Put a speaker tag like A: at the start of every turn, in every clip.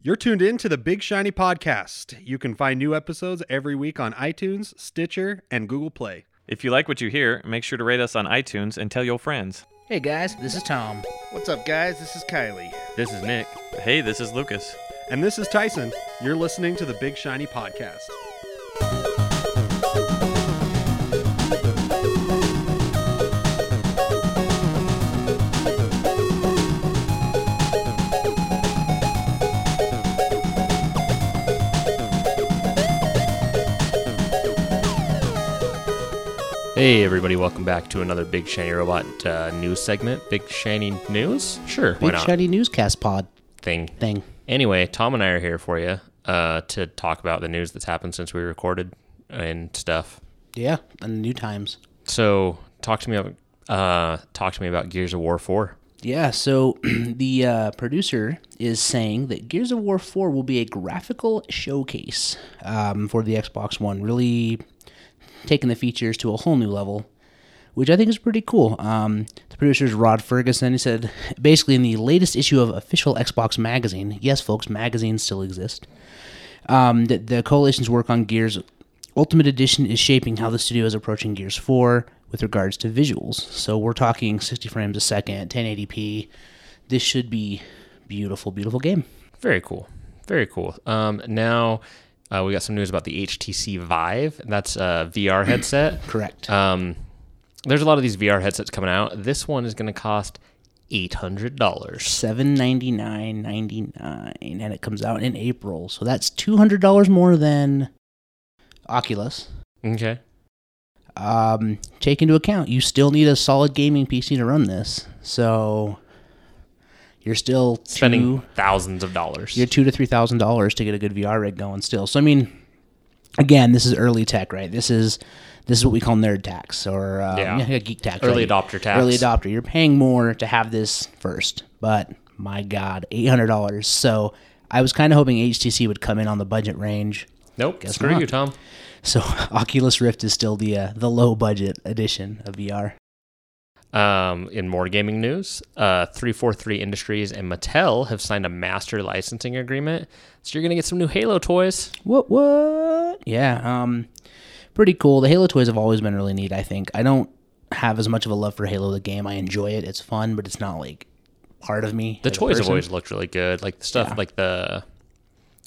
A: You're tuned in to the Big Shiny Podcast. You can find new episodes every week on iTunes, Stitcher, and Google Play.
B: If you like what you hear, make sure to rate us on iTunes and tell your friends.
C: Hey guys, this is Tom.
D: What's up, guys? This is Kylie.
E: This is Nick.
B: Hey, this is Lucas.
A: And this is Tyson. You're listening to the Big Shiny Podcast.
E: Hey, everybody, welcome back to another Big Shiny Robot uh, news segment. Big Shiny News? Sure, why
C: Big
E: not?
C: Shiny Newscast Pod
E: Thing.
C: thing.
E: Anyway, Tom and I are here for you uh, to talk about the news that's happened since we recorded and stuff.
C: Yeah, and new times.
E: So, talk to me about, uh, talk to me about Gears of War 4.
C: Yeah, so the uh, producer is saying that Gears of War 4 will be a graphical showcase um, for the Xbox One, really taking the features to a whole new level, which I think is pretty cool. Um, the producer is Rod Ferguson. He said, basically, in the latest issue of official Xbox Magazine, yes, folks, magazines still exist, um, that the coalition's work on Gears Ultimate Edition is shaping how the studio is approaching Gears 4 with regards to visuals. So we're talking 60 frames a second, 1080p. This should be beautiful, beautiful game.
E: Very cool. Very cool. Um, now, uh, we got some news about the HTC Vive. That's a VR headset.
C: Correct.
E: Um, there's a lot of these VR headsets coming out. This one is going to cost $800.
C: 799.99 and it comes out in April. So that's $200 more than Oculus.
E: Okay.
C: Um, take into account you still need a solid gaming PC to run this. So you're still
E: Spending
C: two-
E: thousands of dollars.
C: you're two to three thousand dollars to get a good VR rig going still. So I mean, again, this is early tech, right? This is this is what we call nerd tax or uh,
E: Yeah.
C: yeah, geek tax,
E: Early
C: right?
E: adopter tax.
C: Early adopter. You're paying more to have this first, but my God, eight hundred dollars. So I was kind of hoping HTC would come in on the budget range.
E: nope.
C: Guess
E: screw
C: not.
E: you, Tom.
C: So Oculus Rift is still the uh, the low budget edition of VR.
E: Um, in more gaming news, uh, 343 Industries and Mattel have signed a master licensing agreement. So you're going to get some new Halo toys.
C: What what? Yeah, um pretty cool. The Halo toys have always been really neat, I think. I don't have as much of a love for Halo the game. I enjoy it. It's fun, but it's not like part of me.
E: The
C: as a
E: toys have
C: person.
E: always looked really good. Like the stuff
C: Yeah.
E: like the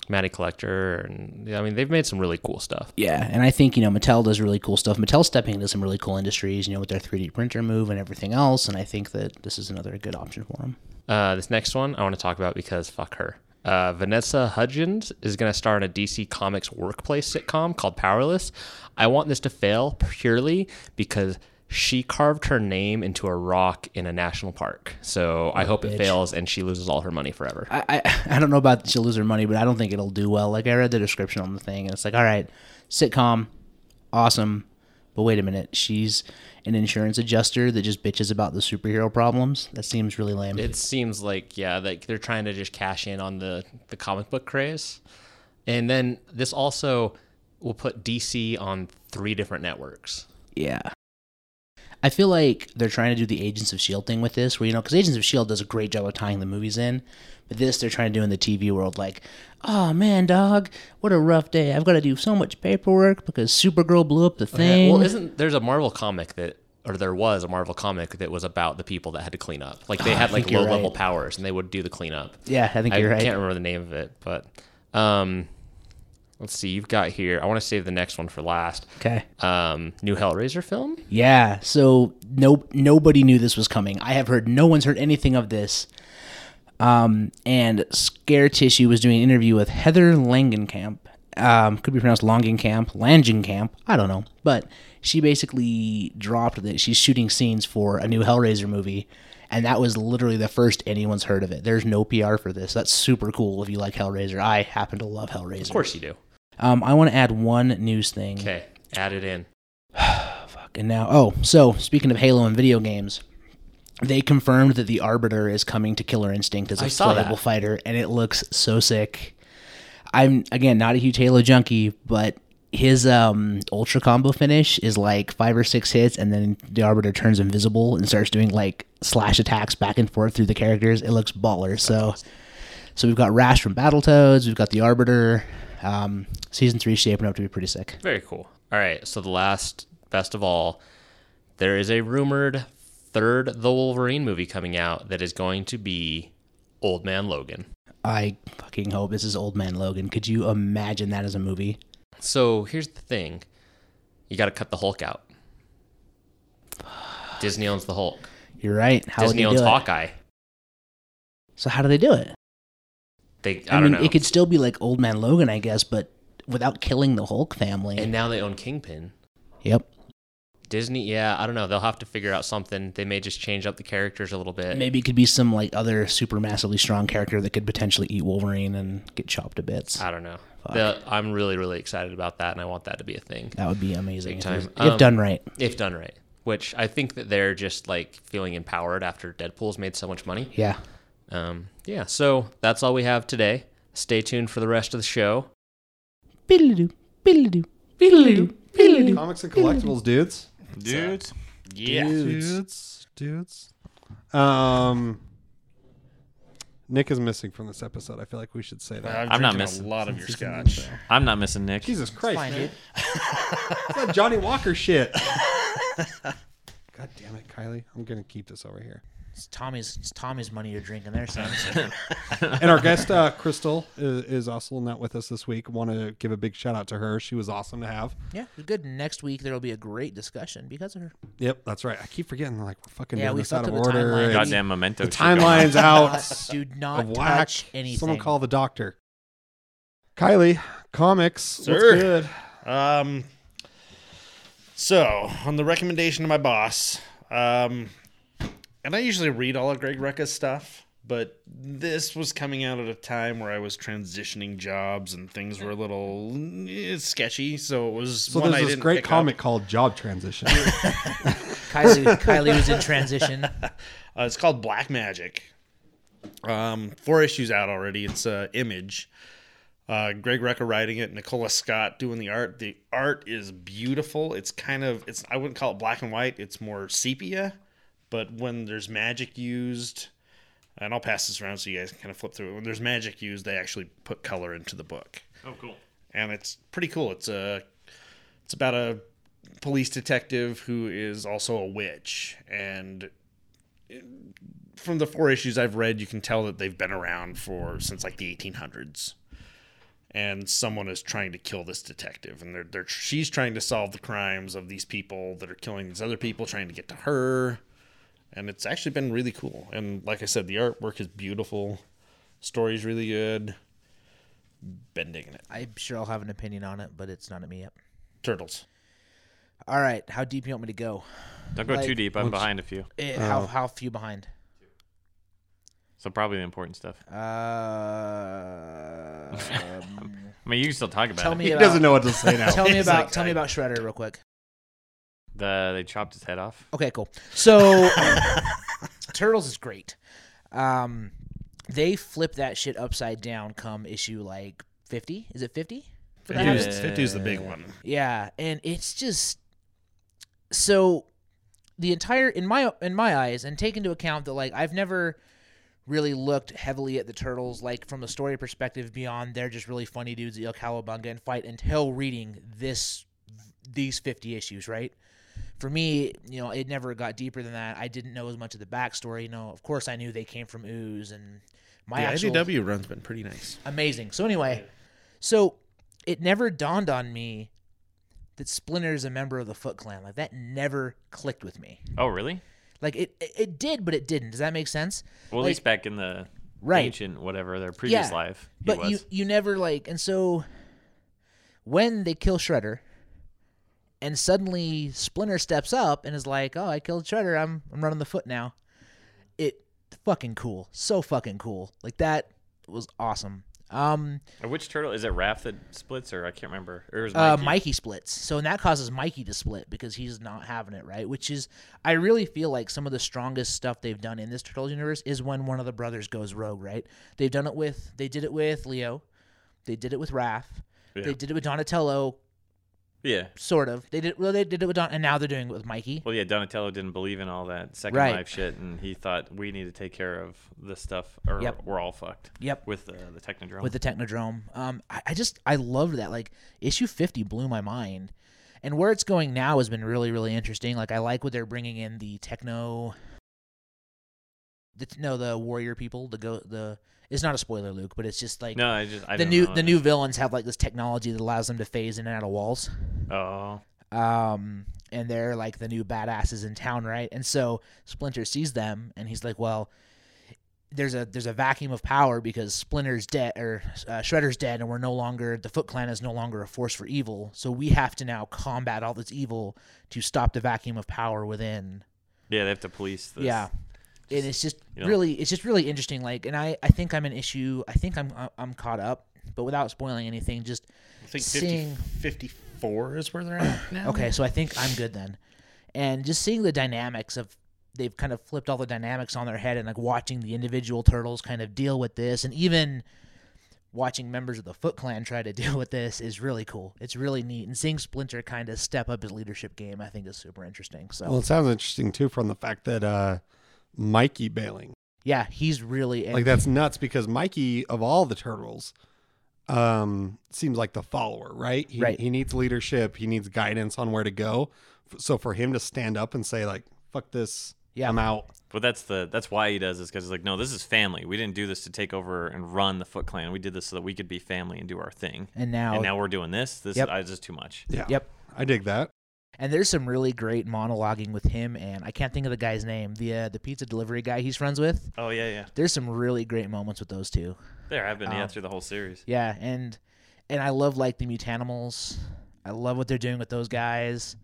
E: Matty Collector. and I mean, they've made some really cool stuff.
C: Yeah, and I think, you know, Mattel does really cool stuff. Mattel's stepping into some really cool industries, you know, with their 3D printer move and everything else, and I think that this is another good option for them.
E: Uh, this next one I want to talk about because fuck her. Uh, Vanessa Hudgens is going to star in a DC Comics workplace sitcom called Powerless. I want this to fail purely because she carved her name into a rock in a national park. So I hope it fails and she loses all her money forever.
C: I, I I don't know about she'll lose her money, but I don't think it'll do well. Like I read the description on the thing, and it's like, all right, sitcom, awesome, but wait a minute, she's an insurance adjuster that just bitches about the superhero problems. That seems really lame.
E: it seems like yeah like they're trying to just cash in on the the comic book craze and then this also will put dc on three different networks
C: yeah. I feel like they're trying to do the Agents of S.H.I.E.L.D. E thing with this, where, you know, because Agents of S.H.I.E.L.D. E does a great job of tying the movies in, but this they're trying to do in the TV world. Like, oh man, dog, what a rough day. I've got to do so much paperwork because Supergirl blew up the thing.
E: well isn't there's a marvel comic that or there was a marvel comic that was about the people that had to clean up like they had like
C: Ah, think you're
E: low level
C: right.
E: powers and they would do the cleanup
C: yeah, I think
E: i
C: you're right.
E: can't remember the name of it but um let's see you've got here i want to save the next one for last
C: Okay.
E: um new hellraiser film
C: Yeah, so nope, nobody knew this was coming. I have heard no one's heard anything of this. Um, and Scare Tissue was doing an interview with Heather Langenkamp. Um, could be pronounced Langenkamp, Langenkamp. I don't know, but she basically dropped that she's shooting scenes for a new Hellraiser movie, and that was literally the first anyone's heard of it. There's no PR for this. That's super cool if you like Hellraiser. I happen to love Hellraiser.
E: of course you do
C: Um, I want to add one news thing.
E: okay add it in
C: Fuck, And now, oh, so speaking of Halo and video games, they confirmed that the Arbiter is coming to Killer Instinct as a
E: I saw
C: playable
E: that.
C: fighter, and it looks so sick. I'm again not a huge Halo junkie, but his um ultra combo finish is like five or six hits, and then the Arbiter turns invisible and starts doing like slash attacks back and forth through the characters. It looks baller. so
F: So we've got Rash from Battletoads. We've got the Arbiter. Um, season three shaping up to be pretty sick.
E: Very cool. All right. So the last best of all, there is a rumored third The Wolverine movie coming out that is going to be Old Man Logan.
F: I fucking hope this is Old Man Logan. Could you imagine that as a movie?
E: So here's the thing. You got to cut the Hulk out. Disney owns the Hulk.
F: You're right. How
E: Disney
F: would they
E: owns
F: do it?
E: Hawkeye.
F: So how do they do it?
E: They I,
F: I,
E: don't
F: mean,
E: know.
F: it could still be like Old Man Logan, I guess, but without killing the Hulk family.
E: and now they own Kingpin.
F: yep.
E: Disney, yeah, I don't know. They'll have to figure out something. They may just change up the characters a little bit.
F: Maybe it could be some like other super massively strong character that could potentially eat Wolverine and get chopped to bits.
E: I don't know. The- I'm really, really excited about that, and I want that to be a thing
F: that would be amazing
E: Big
F: if, it was-
E: time.
F: if
E: Um,
F: done right.
E: if done right. Which I think that they're just like feeling empowered after Deadpool's made so much money.
F: Yeah.
E: Um, yeah. So that's all we have today. Stay tuned for the rest of the show.
F: Biddle-doo, biddle-doo, biddle-doo, biddle-doo.
A: Comics and collectibles, dudes.
B: Dudes.
A: Dudes. Dudes. Um, Nick is missing from this episode. I feel like we should say that.
B: I'm not
G: drinking
B: missing.
G: a lot of your scotch.
B: I'm not missing Nick.
A: Jesus Christ, man. It's that Johnny Walker shit. God damn it, Kylie. I'm going to keep this over here.
C: It's Tommy's it's Tommy's money you're drinking there, son.
A: And our guest, uh, Crystal, is, is also not with us this week. Want to give a big shout out to her. She was awesome to have.
C: yeah, it was good. Next week there will be a great discussion because of her.
A: Yep, that's right. I keep forgetting, like, we're fucking
C: Yeah,
A: doing
C: we
A: this out of
C: fucked up the
A: order.
C: timeline.
A: and
B: Goddamn memento.
A: The
B: shit going on.
A: timeline's out.
C: Do
A: of
C: not
A: whack.
C: touch anything.
A: Someone call the doctor. Kylie, comics.
G: Sir.
A: What's good?
G: Um, so on the recommendation of my boss, um, and I usually read all of Greg Rucka's stuff, but this was coming out at a time where I was transitioning jobs and things were a little eh, sketchy, so it was
A: So
G: one I
A: there's this
G: didn't
A: great
G: pick up.
A: comic called Job Transition.
C: Kylie, Kylie was in transition.
G: Uh, it's called Black Magic. Um, four issues out already. It's uh, Image. Uh, Greg Rucka writing it, Nicola Scott doing the art. The art is beautiful. It's kind of it's I wouldn't call it black and white. It's more sepia, but when there's magic used, and I'll pass this around so you guys can kind of flip through it. When there's magic used, they actually put color into the book and it's pretty cool. It's a it's about a police detective who is also a witch and from the four issues I've read, you can tell that they've been around for since like the 1800s. And someone is trying to kill this detective, and they're, they're she's trying to solve the crimes of these people that are killing these other people, trying to get to her. And it's actually been really cool. And like I said, the artwork is beautiful, story's really good. Been digging it.
C: I'm sure I'll have an opinion on it, but it's not at me yet.
G: Turtles.
C: All right, how deep you want me to go?
B: Don't go
C: Like-
B: too deep. I'm behind a few.
C: Eh, How how few behind?
B: So probably the important stuff.
C: Uh, um,
B: I mean, you can still talk about
C: tell
B: it.
C: me
A: he
C: about,
A: doesn't know what to say now.
C: Tell me
G: He's
C: about
G: like,
C: tell me
G: I-
C: about Shredder real quick.
B: The, they chopped his head off.
C: Okay, cool. So Turtles is great. Um, they flip that shit upside down come issue like 50. Is it 50? For that happens?
G: 50 is the big one.
C: Yeah, and it's just so the entire in my in my eyes and take into account that like I've never really looked heavily at the turtles like from a story perspective beyond they're just really funny dudes that yell cowabunga and fight until reading this these 50 issues, right? For me, you know, it never got deeper than that. I didn't know as much of the backstory. You know, of course, I knew they came from ooze and my
G: The
C: actual
G: IDW run's been pretty nice.
C: amazing. So anyway, so it never dawned on me that Splinter is a member of the Foot Clan. Like that never clicked with me.
B: Oh, really?
C: Like it, it, it did, but it didn't. Does that make sense?
B: Well, at
C: Like-
B: least back in the
C: Right.
B: ancient whatever their previous
C: Yeah,
B: life, he
C: but
B: was.
C: you you never like and so when they kill Shredder and suddenly Splinter steps up and is like, "Oh, I killed Shredder. I'm I'm running the foot now." It fucking cool. So fucking cool. Like that was awesome. Um
B: Or Which turtle is it? Raph that splits, or I can't remember. Or is
C: Uh,
B: Mikey?
C: Mikey splits. So and that causes Mikey to split because he's not having it, right? Which is I really feel like some of the strongest stuff they've done in this Turtles universe is when one of the brothers goes rogue, right? They've done it with they did it with Leo. They did it with Raph.
B: Yeah.
C: They did it with Donatello
B: Yeah.
C: sort of. They did well. They did it with Don, and now they're doing it with Mikey.
B: Well, yeah, Donatello didn't believe in all that Second
C: Right.
B: Life shit, and he thought we need to take care of this stuff, or
C: Yep.
B: we're all fucked.
C: Yep.
B: With the, the Technodrome.
C: with the Technodrome. Um, I, I just I loved that. Like issue fifty blew my mind, and where it's going now has been really really interesting. Like I like what they're bringing in the techno. The, no, the warrior people. The go the. It's not a spoiler, Luke, but it's just like
B: no, I just I
C: the
B: don't
C: new
B: know.
C: the new villains have like this technology that allows them to phase in and out of walls.
B: Oh,
C: um, and they're like the new badasses in town, right? And so Splinter sees them, and he's like, "Well, there's a there's a vacuum of power because Splinter's dead or uh, Shredder's dead, and we're no longer the Foot Clan is no longer a force for evil. So we have to now combat all this evil to stop the vacuum of power within."
B: yeah, they have to police this.
C: yeah. and it's just
B: you know.
C: really it's just really interesting like and I I think I'm an issue. I think I'm I- I'm caught up, but without spoiling anything just
G: I think 50,
C: seeing
G: 54 is where they're at now.
A: Um,
C: Okay, so I think I'm good then. And just seeing the dynamics of they've kind of flipped all the dynamics on their head and like watching the individual turtles kind of deal with this and even watching members of the Foot Clan try to deal with this is really cool. It's really neat and seeing Splinter kind of step up his leadership game I think is super interesting. So
A: Well, it sounds interesting too from the fact that uh, Mikey bailing.
C: yeah, he's really
A: Like that's nuts because Mikey of all the turtles um seems like the follower, right? He,
C: Right.
A: he needs leadership, he needs guidance on where to go. F- So for him to stand up and say like fuck this,
C: Yeah.
A: I'm out.
B: But that's the that's why he does this because he's like, no, this is family. We didn't do this to take over and run the Foot Clan. We did this so that we could be family and do our thing.
C: and now,
B: and now we're doing this. This
C: Yep.
B: is, I, this is too much.
A: Yeah.
C: Yep.
A: I dig that.
C: and there's some really great monologuing with him and I can't think of the guy's name. The uh, the pizza delivery guy he's friends with.
B: Oh yeah, yeah.
C: There's some really great moments with those two.
B: There have been yeah
C: Um,
B: through the whole series.
C: Yeah, and and I love like the Mutanimals. I love what they're doing with those guys.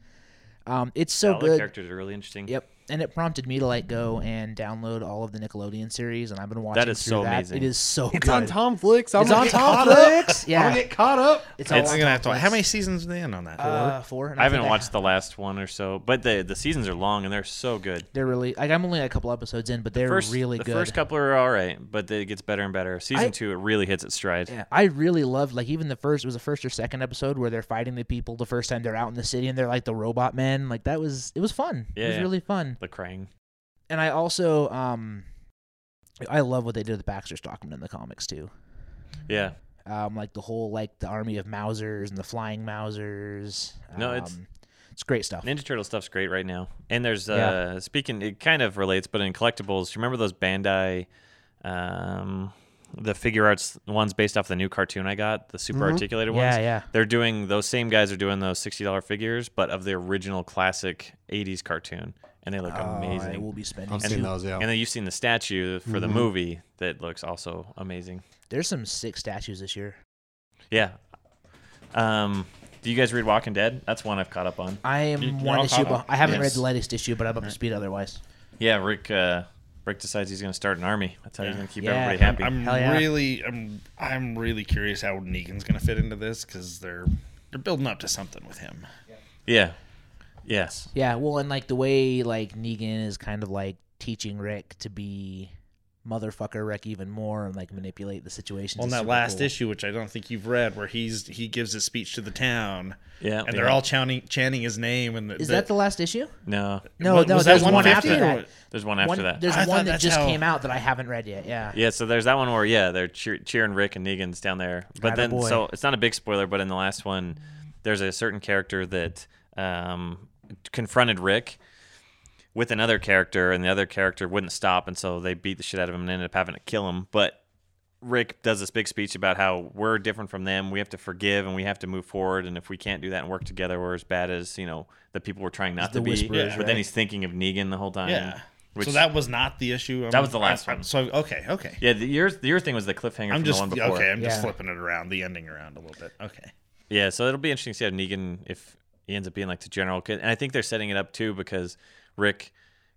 C: Um, it's so
B: All the
C: good.
B: characters are really interesting.
C: Yep, and it prompted me to like go and download all of the Nickelodeon series, and I've been watching.
B: is
C: through
B: so
C: that.
B: amazing.
C: It is so
A: It's
C: good.
A: on Tom Flicks. I'm
C: It's
A: gonna
C: on
A: get
C: Tom
A: caught up.
C: Flicks?
A: I'm
C: Yeah.
A: gonna get caught up.
C: It's, all
G: I'm
C: on
G: gonna have to.
C: Netflix.
G: How many seasons are they in on that?
C: Uh, four. and
B: I haven't
C: think
B: watched the last one or so, but the the seasons are long and they're so good.
C: They're really like I'm only a couple episodes in, but they're
B: First,
C: really
B: the
C: good.
B: first couple are all right, but it gets better and better. Season
C: I-
B: two, it really hits its stride.
C: Yeah, I really loved like even the first it was the first or second episode where they're fighting the people the first time they're out in the city and they're like the robot men like that was it was fun it
B: Yeah,
C: was
B: yeah.
C: really fun
B: The crying.
C: and I also um, I love what they did with Baxter Stockman in the comics too.
B: Yeah.
C: Um, like the whole like the army of Mausers and the flying Mausers.
B: No, it's-
C: Um, it's great stuff.
B: Ninja Turtle stuff's great right now. And there's
C: Yeah.
B: uh speaking it kind of relates, but in collectibles, remember those Bandai um the figure arts ones based off the new cartoon I got, the super articulated ones.
C: Mm-hmm. Yeah, yeah.
B: They're doing those same guys are doing those sixty dollar figures, but of the original classic eighties cartoon. And they look
C: Oh, I
B: amazing.
C: will be Mm-hmm. spending.
A: I've
C: two-
A: seen those, yeah.
B: And then you've seen the statue for the movie that looks also amazing.
C: There's some sick statues this year.
B: Yeah. Um do you guys read Walking Dead? That's one I've caught up on.
C: I
G: You-
C: am
G: you're
C: one
G: all
C: issue.
G: caught up?
C: beh- I haven't
B: Yes.
C: read the latest issue, but I'm up to speed otherwise.
B: Yeah, Rick uh Rick decides he's gonna start an army. That's how he's gonna keep
C: Yeah.
B: everybody happy.
G: I'm
C: Hell yeah.
G: really, I'm, I'm really curious how Negan's gonna fit into this because they're, they're building up to something with him.
B: Yeah. Yes.
C: Yeah, well, and like the way like Negan is kind of like teaching Rick to be motherfucker Rick even more and like manipulate the situation.
G: on
C: is
G: that
C: super
G: last
C: cool.
G: issue, which I don't think you've read, where he's he gives his speech to the town,
B: Yeah.
G: and they're all chanting chanting his name. And the,
C: Is that the last issue?
B: no.
C: No,
G: What-
C: no,
G: was that
C: there's one
G: 150
C: after
G: or
C: that.
G: what?
B: There's one after
C: One-
B: that.
C: There's
G: I
C: one
G: thought
C: that
G: that's
C: just
G: how-
C: came out that I haven't read yet. Yeah.
B: Yeah, so there's that one where yeah, they're cheer- cheering Rick and Negan's down there. But then
C: Attaboy.
B: so it's not a big spoiler, but in the last one, there's a certain character that um, confronted Rick with another character, and the other character wouldn't stop, and so they beat the shit out of him and ended up having to kill him. But Rick does this big speech about how we're different from them. We have to forgive and we have to move forward. And if we can't do that and work together, we're as bad as you know the people we're trying not
C: the
B: to be.
C: Whisperers,
B: But then
C: right?
B: he's thinking of Negan the whole time.
G: yeah?
B: Which,
G: so that was not the issue. I'm-
B: That was the last
G: I'm-
B: one.
G: So okay, okay.
B: yeah, the, your your thing was the cliffhanger
G: I'm
B: from
G: just
B: the one before.
G: okay. I'm just
C: Yeah.
G: flipping it around, the ending around a little bit. Okay.
B: Yeah, so it'll be interesting to see how Negan if he ends up being like the general. 'Cause- And I think they're setting it up too because Rick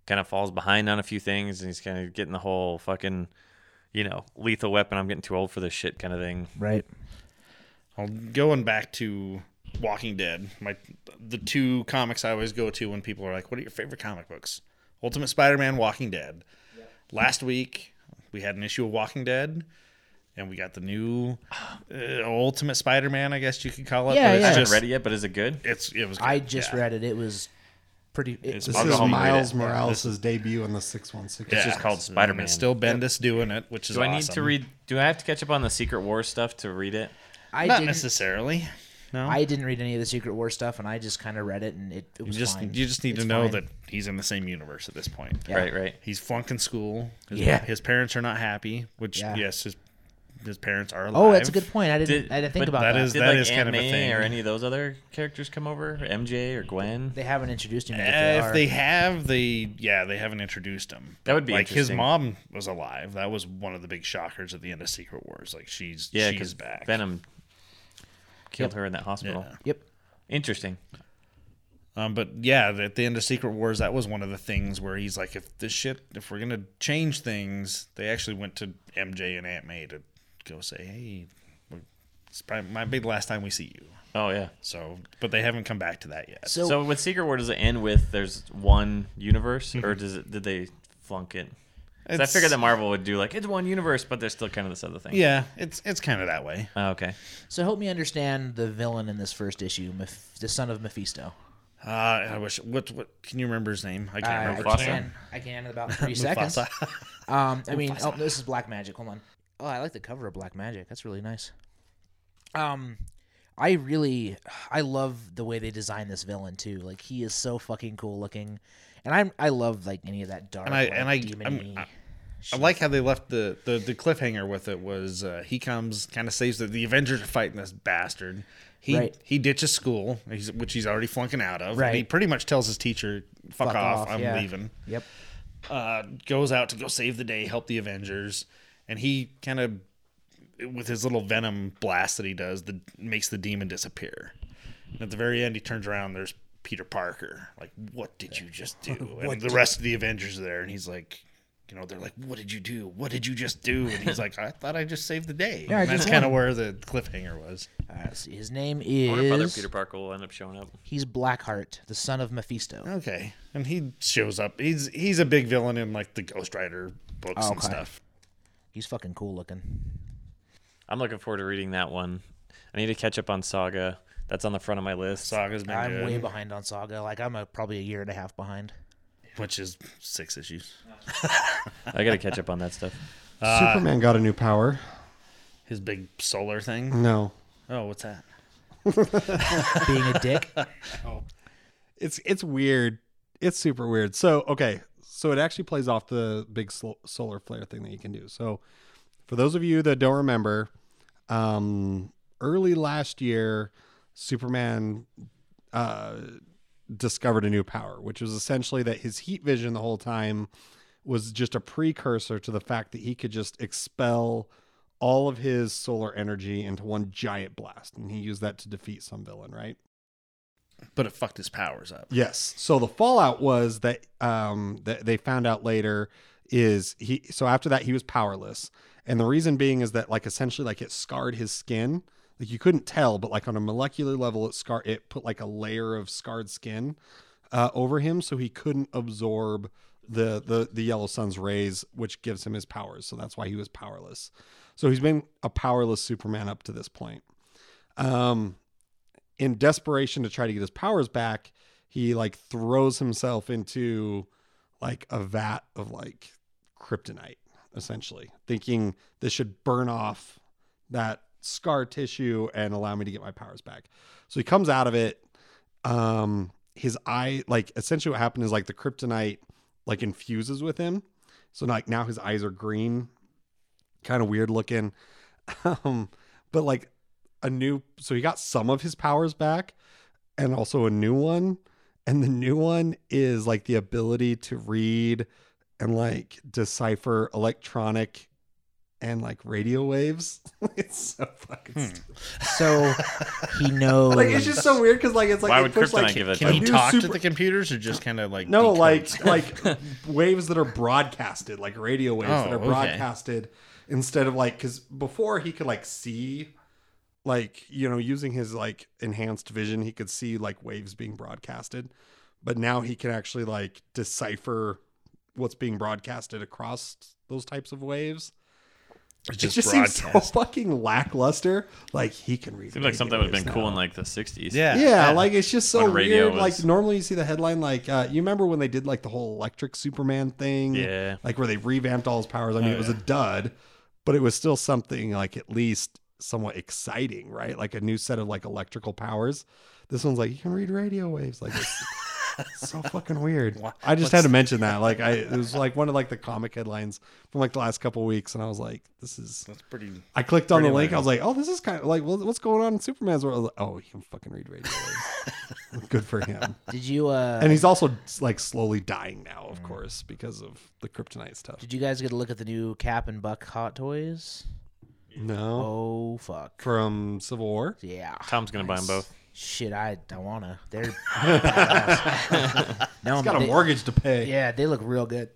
B: kind of falls behind on a few things, and he's kind of getting the whole fucking, you know, lethal weapon. I'm getting too old for this shit kind of thing.
C: Right.
G: Well, going back to Walking Dead, my the two comics I always go to when people are like, "What are your favorite comic books?" Ultimate Spider-Man, Walking Dead. Last week we had an issue of Walking Dead, and we got the new uh, Ultimate Spider-Man, I guess you could call it.
C: Yeah,
G: but it's
C: yeah.
B: I haven't
G: just-
B: read it yet, but is it good?
G: It's it was.
C: I
G: good,
C: just
G: yeah.
C: read it. It was pretty. It,
G: It's
A: This
G: I'll go
A: is
G: home and read
A: Miles
G: it. Yeah,
A: Morales' debut on the 616.
G: Yeah.
B: just called
G: And
B: Spider-Man.
G: It's still Bendis doing it, which is
B: Do I need to
G: awesome.
B: read? Do I have to catch up on the Secret War stuff to read it?
C: I
G: Not
C: didn't.
G: necessarily. No,
C: I didn't read any of the Secret War stuff, and I just kind of read it, and it, it
G: you
C: was
G: just
C: fine.
G: you just need to
C: It's
G: know
C: fine.
G: that he's in the same universe at this point.
C: Yeah.
B: Right, right.
G: He's flunking school. His,
C: Yeah.
G: his parents are not happy. Which
C: Yeah.
G: yes, his his parents are alive.
C: Oh, that's a good point. I didn't.
B: Did-
C: I didn't think
B: but
C: about
G: that
C: that.
G: is-
B: Did
G: That
B: like
G: kind
B: Aunt
G: of a
B: May
G: thing.
B: or any of those other characters come over? Or MJ or Gwen?
C: they haven't introduced him. Yet,
G: Uh,
C: if
G: if
C: they,
G: they
C: are.
G: have, they yeah, they haven't introduced him.
B: That would be
G: like his
B: interesting.
G: mom was alive. That was one of the big shockers at the end of Secret Wars. Like she's
B: yeah,
G: she's
B: because
G: back.
B: Venom killed her in that hospital.
G: Yeah.
C: Yep.
B: Interesting.
G: Um, but yeah, at the end of Secret Wars, that was one of the things where he's like, if this shit, if we're gonna change things, they actually went to MJ and Aunt May to go say, hey, we're, it's probably might be the last time we see you.
B: Oh yeah.
G: So, but they haven't come back to that yet.
C: So,
B: So with Secret War, does it end with there's one universe, or does it? Did they flunk it? 'Cause I
G: It's-
B: figured that Marvel would do like it's one universe, but there's still kind of this other thing.
G: Yeah, it's it's kind of that way.
B: Oh, okay.
C: so help me understand the villain in this first issue, Meph- the son of Mephisto.
G: Uh, I wish. What what can you remember his name? I can't
C: I
G: remember.
B: Mufasa.
C: can. I can in about three seconds.
G: Mufasa.
C: Um, I mean, oh, this is Black Magic. Hold on. Oh, I like the cover of Black Magic. That's really nice. Um, I really, I love the way they designed this villain too. Like he is so fucking cool looking, and I'm, I love like any of that dark,
G: And I-
C: like,
G: and I-
C: demon-y
G: I'm- I
C: shit.
G: like how they left the, the, the cliffhanger with it was uh, he comes kind of saves the, the Avengers are fighting this bastard. He
C: Right.
G: he ditches school, he's, which he's already flunking out of. And he
C: Right.
G: pretty much tells his teacher, "Fuck,
C: Fuck
G: off,
C: off,
G: I'm
C: yeah.
G: leaving."
C: Yep.
G: Uh, goes out to go save the day, help the Avengers, and he kind of with his little venom blast that he does, the makes the demon disappear. And at the very end, he turns around. There's Peter Parker. Like, what did you just do? And the rest of the Avengers are there, and he's like, you know, they're like, what did you do? What did you just do? And he's like, I thought I just saved the day.
C: Yeah, I
G: and that's
C: just
G: kind of where the cliffhanger was.
C: All right, let's see. His name
B: I wonder if other
C: is.
B: Peter Parker will end up showing up.
C: He's Blackheart, the son of Mephisto.
G: Okay, and he shows up. He's he's a big villain in like the Ghost Rider books and
C: Okay.
G: stuff.
C: He's fucking cool looking.
B: I'm looking forward to reading that one. I need to catch up on Saga. That's on the front of my list.
G: Saga's been
C: I'm
G: good,
C: way behind on Saga. Like I'm a, probably a year and a half behind.
G: which is six issues.
B: I got to catch up on that stuff.
A: Superman got a new power.
G: His big solar thing.
A: No.
G: Oh, what's that?
C: Being a dick.
A: It's it's weird. It's super weird. So, okay. So it actually plays off the big sol- solar flare thing that you can do. So, for those of you that don't remember, um early last year, Superman uh discovered a new power, which was essentially that his heat vision the whole time was just a precursor to the fact that he could just expel all of his solar energy into one giant blast and he used that to defeat some villain, right?
G: But it fucked his powers up.
A: Yes. So the fallout was that um that they found out later is he so after that he was powerless. And the reason being is that like essentially like it scarred his skin. Like you couldn't tell, but like on a molecular level it scar it put like a layer of scarred skin uh, over him so he couldn't absorb the, the the yellow sun's rays which gives him his powers. So that's why he was powerless. So he's been a powerless Superman up to this point. Um in desperation to try to get his powers back, he like throws himself into like a vat of like kryptonite, essentially, thinking this should burn off that scar tissue and allow me to get my powers back. So he comes out of it. Um, his eye, like essentially what happened is like the kryptonite like infuses with him. So like now his eyes are green, kind of weird looking. Um, but like a new so he got some of his powers back and also a new one and the new one is like the ability to read and like decipher electronic and like radio waves it's so fucking
B: Hmm.
A: stupid.
C: So he knows.
A: like it's just so weird because like it's like
B: Why
A: they
B: would
A: push, like,
B: Kryptonite give it
G: Can
A: a
G: he
A: new
G: talk to
A: super-
G: the computers or just kind of like
A: no
G: decode
A: like
G: stuff?
A: like waves that are broadcasted like radio waves that
G: Oh,
A: are
G: okay.
A: broadcasted instead of like because before he could like see like you know using his like enhanced vision he could see like waves being broadcasted but now he can actually like decipher what's being broadcasted across those types of waves
G: It's
A: it just seems so fucking lackluster. Like he can read.
B: Seems like
A: radio
B: something would have
A: waves
B: been cool
A: now.
B: in like the 60s.
G: yeah.
A: yeah, like it's just so
B: When radio
A: weird. Like
B: was-
A: normally you see the headline like uh, you remember when they did like the whole electric Superman thing,
B: Yeah. Oh,
A: like where they revamped all his powers. I mean, it was a dud, but it was still something like at least somewhat exciting, right? Like a new set of like electrical powers. This one's like you can read radio waves, like it's so fucking weird. I just had to mention that. Like I, it was like one of like the comic headlines from like the last couple weeks, and I was like, this is
G: That's pretty.
A: I clicked on the
G: Pretty
A: link. I
G: amazing.
A: was like, "Oh, this is kind of like well, what's going on in Superman's world." I was like, "Oh, he can fucking read radio waves. Good for him."
C: Did you? Uh,
A: And he's also like slowly dying now, of course, because of the kryptonite stuff.
C: did you guys get a look at the new Cap and Buck hot toys?
A: No,
C: Oh fuck.
A: from Civil War.
C: Yeah.
B: Tom's gonna buy them both.
C: Shit, I don't wanna. They're badass. no,
A: Got a
C: they-
A: mortgage to pay.
C: Yeah, they look real good.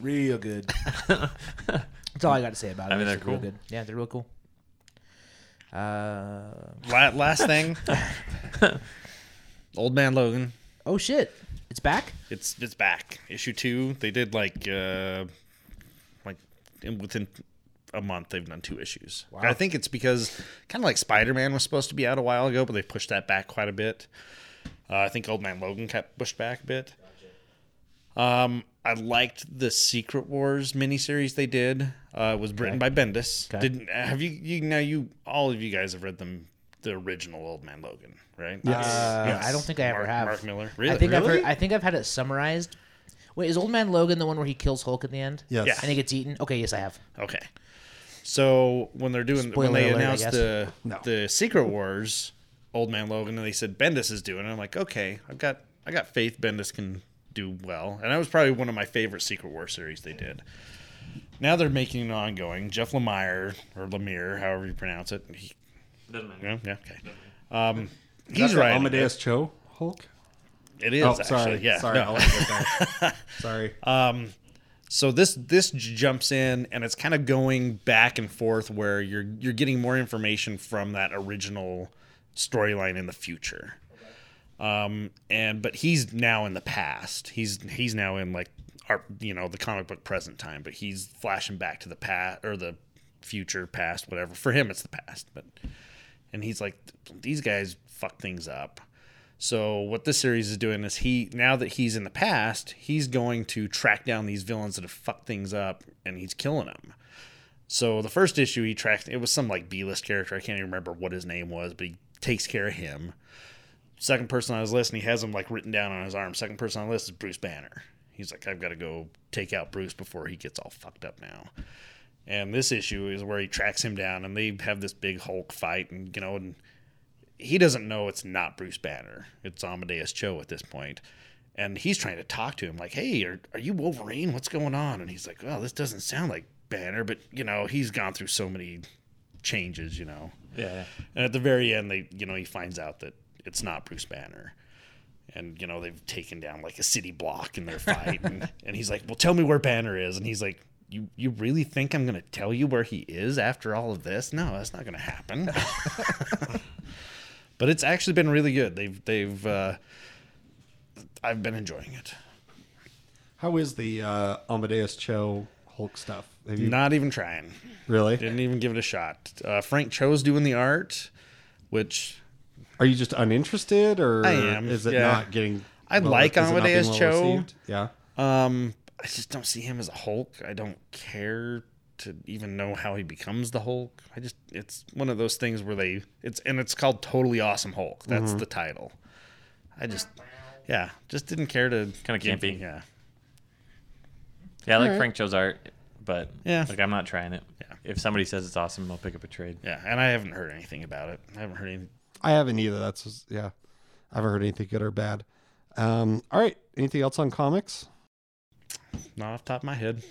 C: Real good. That's all I got to say about it.
B: I mean,
C: They
B: they're
C: look real
B: cool.
C: good. Yeah, they're real cool. Uh,
G: La- last thing. Old Man Logan.
C: oh shit, it's back.
G: It's it's back. Issue two. They did like uh like in, within a month they've done two issues. And I think it's because kind of like Spider Man was supposed to be out a while ago, but they pushed that back quite a bit. Uh, I think Old Man Logan kept pushed back a bit. Um, I liked the Secret Wars miniseries they did. Uh, it was written by Bendis. Didn't have you you now you all of you guys have read them the original Old Man Logan, right?
A: Yes.
C: Uh,
A: Yes.
C: I don't think I ever
G: Mark-
C: have.
G: Mark Miller. Really?
C: I think I've
A: Really?
C: heard, I think I've had it summarized. Wait, is Old Man Logan the one where he kills Hulk at the end?
A: Yes.
G: Yeah.
C: And he gets eaten. Okay, yes, I have.
G: Okay. So when they're doing
C: Spoiler
G: when they
C: alert, I
G: announced
C: guess.
G: the
A: No.
G: the Secret Wars, Old Man Logan, and they said Bendis is doing. it. I'm like, okay, I've got I got faith Bendis can do well, and that was probably one of my favorite Secret War series they did. Now they're making an ongoing. Jeff Lemire or Lemire, however you pronounce it. He,
B: Doesn't matter.
G: yeah, yeah, okay. Um,
A: That's
G: he's
A: the
G: right.
A: Amadeus Cho Hulk.
G: It is
A: oh,
G: actually.
A: sorry.
G: Yeah.
A: sorry.
G: no. Uh,
A: I'll let you get that. sorry.
G: So this this j- jumps in and it's kind of going back and forth where you're you're getting more information from that original storyline in the future. Um and but he's now in the past. He's he's now in like our you know the comic book present time, but he's flashing back to the past or the future, past, whatever. For him it's the past, but and he's like these guys fuck things up. So what this series is doing is he now that he's in the past, he's going to track down these villains that have fucked things up, and he's killing them. So the first issue he tracked it was some like B-list character. I can't even remember what his name was, but he takes care of him. Second person on his list, and he has him like written down on his arm. Second person on the list is Bruce Banner. He's like, I've got to go take out Bruce before he gets all fucked up now. And this issue is where he tracks him down, and they have this big Hulk fight, and you know, and he doesn't know it's not Bruce Banner. It's Amadeus Cho at this point. And he's trying to talk to him, like, hey, are, are you Wolverine? What's going on? And he's like, well, this doesn't sound like Banner, but, you know, he's gone through so many changes, you know.
B: Yeah.
G: And at the very end, they, you know, he finds out that it's not Bruce Banner. And, you know, they've taken down like a city block in their fight. and, and he's like, well, tell me where Banner is. And he's like, you, you really think I'm going to tell you where he is after all of this? No, that's not going to happen. but it's actually been really good. They've, they've, uh, I've been enjoying it.
A: How is the uh, Amadeus Cho Hulk stuff? Have you
G: Not even trying.
A: really?
G: Didn't even give it a shot. Uh, Frank Cho's doing the art, which
A: Are you just uninterested, or
G: I am,
A: is it
G: yeah.
A: not getting?
G: I
A: well- is
G: like
A: it not being
G: Amadeus
A: well
G: Cho.
A: received? Yeah.
G: Um, I just don't see him as a Hulk. I don't care to even know how he becomes the Hulk. I just it's one of those things where they it's and it's called Totally Awesome Hulk. That's
C: Mm-hmm.
G: the title. I just yeah, just didn't care to
B: Kinda
G: give-
B: campy.
G: Yeah.
B: Yeah, I like Frank Cho's art, but
G: Yeah.
B: like I'm not trying it.
G: Yeah.
B: If somebody says it's awesome, I'll pick up a trade.
G: Yeah, and I haven't heard anything about it. I haven't heard anything.
A: I haven't either. That's just, yeah. I haven't heard anything good or bad. Um, all right. Anything else on comics?
G: Not off the top of my head.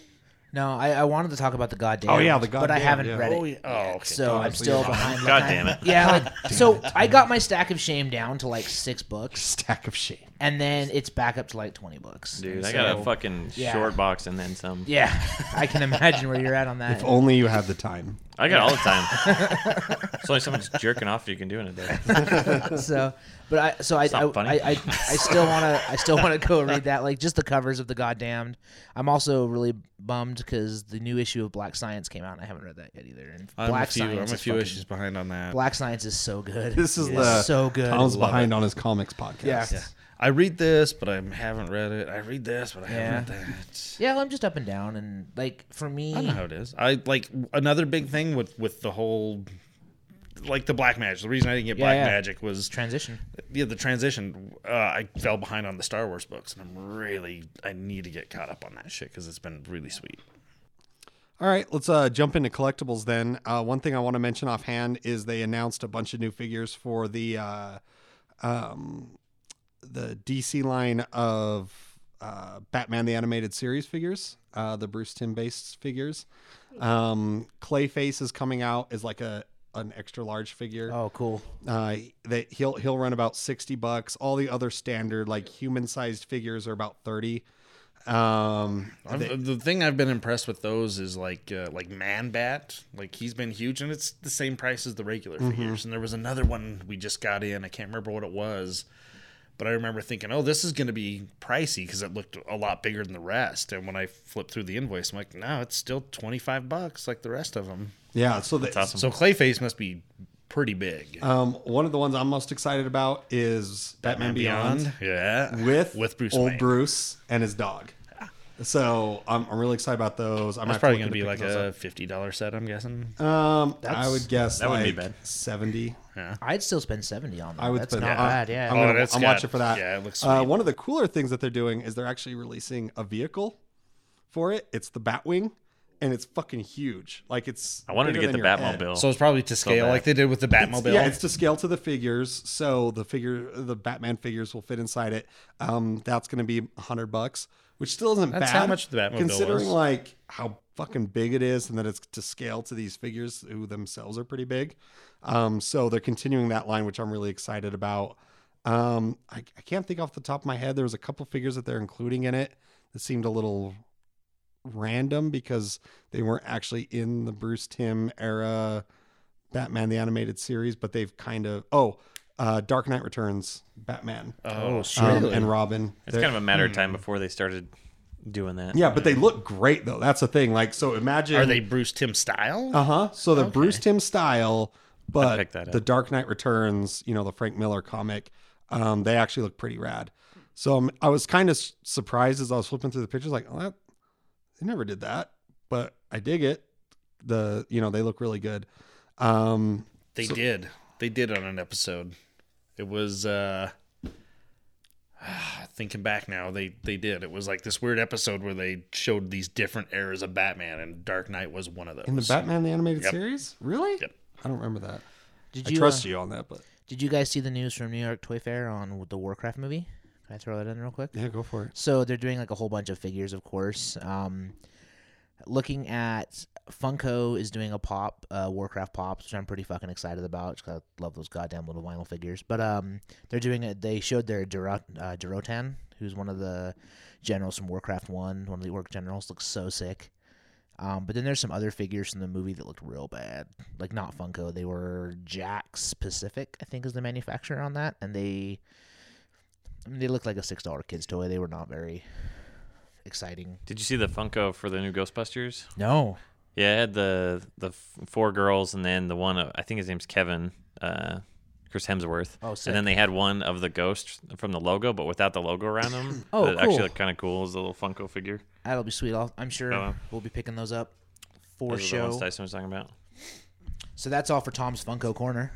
C: No, I, I wanted to talk about the goddamn.
A: Oh, yeah, the
C: But I
A: Goddamn,
C: haven't
A: yeah.
C: read it.
G: Oh, yeah. oh okay.
C: So
A: God,
C: I'm
A: so
C: still
A: you're
C: behind.
B: God
C: like,
B: damn it.
C: Yeah, like, so I got my stack of shame down to like six books.
A: Stack of shame.
C: and then it's back up to like twenty bucks.
B: Dude,
C: And
B: I got
C: so-
B: a fucking
C: Yeah.
B: short box and then some.
C: Yeah, I can imagine where you're at on that.
A: If only you had the time.
B: I got it all the time. it's only someone's jerking off you can do in a day.
C: so, uh, but I so I I,
B: not funny.
C: I I I still want to I still want to go read that like just the covers of the goddamned. I'm also really bummed because the new issue of Black Science came out and I haven't read that yet either. And
G: I'm
C: Black
G: a few,
C: Science,
G: I'm a
C: is
G: few
C: fucking-
G: issues behind on that.
C: Black Science is so good.
A: This uh, is
C: It's
A: the
C: so good.
A: Tom's
G: love
A: behind on his comics podcast.
C: yeah. yeah,
G: Yeah. I read this, but I haven't read it. I read this, but I haven't read that.
C: I'm just up and down and like for me,
G: I know how it is. I like another big thing with with the whole like the black magic. The reason I didn't get
C: Yeah,
G: black
C: yeah.
G: magic was
C: transition.
G: yeah, the transition. Uh, I fell behind on the Star Wars books, and I'm really I need to get caught up on that shit because it's been really sweet.
A: All right, let's uh, jump into collectibles then. Uh, one thing I want to mention offhand is they announced a bunch of new figures for the uh, um, the DC line of uh, Batman the Animated Series figures, uh, the Bruce Tim based figures. Um, Clayface is coming out as like a an extra large figure.
C: Oh, cool.
A: Uh, that he'll he'll run about sixty bucks. All the other standard like human sized figures are about thirty. Um,
G: I'm- the thing I've been impressed with those is like uh, like Man Bat, like he's been huge, and it's the same price as the regular
A: Mm-hmm.
G: figures. And there was another one we just got in. I can't remember what it was, but I remember thinking, oh, this is going to be pricey because it looked a lot bigger than the rest. And when I flipped through the invoice, I'm like, no, it's still twenty five bucks like the rest of them.
A: yeah, so the,
B: awesome.
G: So Clayface must be pretty big.
A: Um, one of the ones I'm most excited about is Batman, Beyond,
G: yeah,
A: with
G: with Bruce
A: old
G: Wayne.
A: Bruce and his dog. So I'm, I'm really excited about those. I'm
G: That's probably going to be like a fifty dollar set. I'm guessing.
A: Um, I would guess
B: that
A: like
B: wouldn't be bad.
A: seventy.
C: I'd still spend seventy on that.
A: I would
C: That's
A: spend-
C: not
A: I-
C: bad. Yeah.
A: I'm, gonna,
G: that's
A: I'm
G: got-
A: watching for that.
G: yeah, it looks
A: Uh,
G: sweet.
A: one of the cooler things that they're doing is they're actually releasing a vehicle for it. It's the Batwing, and it's fucking huge. Like it's.
B: I wanted to
A: bigger
B: get the
A: than your head.
B: Batmobile.
G: So it's probably to scale,
B: bad.
G: like they did with the Batmobile.
A: Yeah, it's to scale to the figures, so the figure, the Batman figures will fit inside it. Um, that's going to be hundred bucks, which still isn't
G: That's
A: bad.
G: how much the Batmobile
A: considering
G: was.
A: like how fucking big it is, and that it's to scale to these figures who themselves are pretty big. Um, so they're continuing that line, which I'm really excited about. Um, I, I can't think off the top of my head. There was a couple figures that they're including in it that seemed a little random because they weren't actually in the Bruce Tim era Batman the animated series, but they've kind of oh, uh, Dark Knight Returns Batman
G: oh, shit.
A: um, and Robin.
B: it's kind of a
C: Hmm.
B: matter of time before they started doing that.
A: yeah, but they look great though. That's the thing. Like so, imagine
G: Are they Bruce Tim style?
A: Uh huh. So the Bruce Tim style, but
B: picked that up.
A: the Dark Knight Returns, you know, the Frank Miller comic, um, they actually look pretty rad. So um, I was kind of s- surprised as I was flipping through the pictures, like, oh, that, they never did that, but I dig it. The you know they look really good. Um,
G: They did. They did on an episode. It was uh thinking back now, they they did. It was like this weird episode where they showed these different eras of Batman and Dark Knight was one of those.
A: in the Batman the animated
G: Yep.
A: series, really?
G: Yep.
A: I don't remember that.
C: Did
A: I
C: you
A: trust
C: uh,
A: you on that, but
C: Did you guys see the news from New York Toy Fair on the Warcraft movie? Can I throw that in real quick?
A: yeah, go for it.
C: So they're doing like a whole bunch of figures, of course. Um, looking at Funko is doing a pop, uh, Warcraft pops, which I'm pretty fucking excited about. Just 'cause I love those goddamn little vinyl figures. But um, they're doing it. They showed their Durot, uh, Durotan, who's one of the generals from Warcraft One, one of the orc generals. Looks so sick. Um, but then there's some other figures from the movie that looked real bad, like not Funko. They were Jax Pacific, I think, is the manufacturer on that, and they I mean, they looked like a six dollar kid's toy. They were not very exciting.
B: Did you see the Funko for the new Ghostbusters?
C: No.
B: Yeah, it had the the f- four girls and then the one uh, I think his name's Kevin, uh, Chris Hemsworth.
C: Oh, sick.
B: And then they had one of the ghosts from the logo, but without the logo around them.
C: Oh,
B: that actually
C: cool.
B: looked kind of cool as a little Funko figure.
C: That'll be sweet. I'll, I'm sure
B: Oh, wow.
C: we'll be picking those up for
B: Those are the ones
C: show.
B: Dyson was talking about.
C: So that's all for Tom's Funko Corner.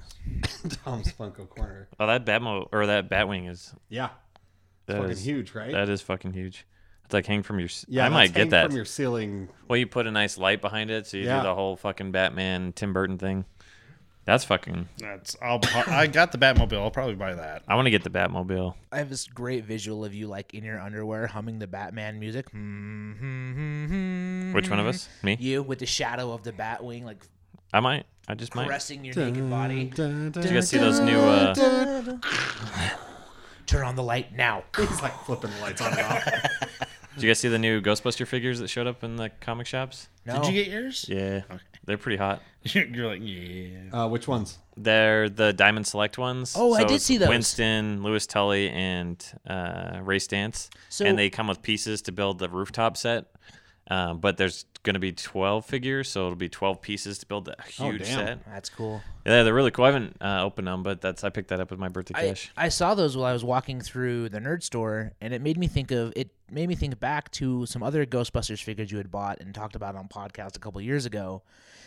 A: Tom's Funko Corner.
B: Oh, that Batmo or that Batwing is
A: Yeah,
B: that
A: fucking
B: is-
A: huge, right?
B: That is fucking huge. It's like hang from your. s-
A: yeah,
B: I might
A: that's
B: get
A: hanged
B: that.
A: from your ceiling.
B: Well, you put a nice light behind it, so you
A: Yeah.
B: do the whole fucking Batman Tim Burton thing. That's fucking.
G: That's I'll I got the Batmobile. I'll probably buy that.
B: I want to get the Batmobile.
C: I have this great visual of you like in your underwear humming the Batman music. Mm-hmm.
B: Which one of us? Me?
C: You with the shadow of the Batwing like
B: I might. I just might.
C: caressing your naked body.
A: Dun, dun,
B: Did you guys see those new? Uh,
C: turn on the light now.
A: He's like flipping the lights on and off.
B: Did you guys see the new Ghostbuster figures that showed up in the comic shops?
C: No.
G: Did you get yours?
B: Yeah, they're pretty hot.
G: You're like, yeah.
A: Uh, which ones?
B: They're the Diamond Select ones.
C: Oh, I did
B: it's
C: see those.
B: Winston, Lewis Tully, and uh, Race Dance.
C: So-
B: and they come with pieces to build the rooftop set. Um, but there's going to be 12 figures, so it'll be 12 pieces to build that
C: Oh,
B: huge
A: damn.
B: set.
C: That's cool.
B: Yeah, they're really cool. I haven't uh, opened them, but that's I picked that up with my birthday cash.
C: I, I saw those while I was walking through the nerd store, and it made me think of it made me think back to some other Ghostbusters figures you had bought and talked about on podcast a couple years ago,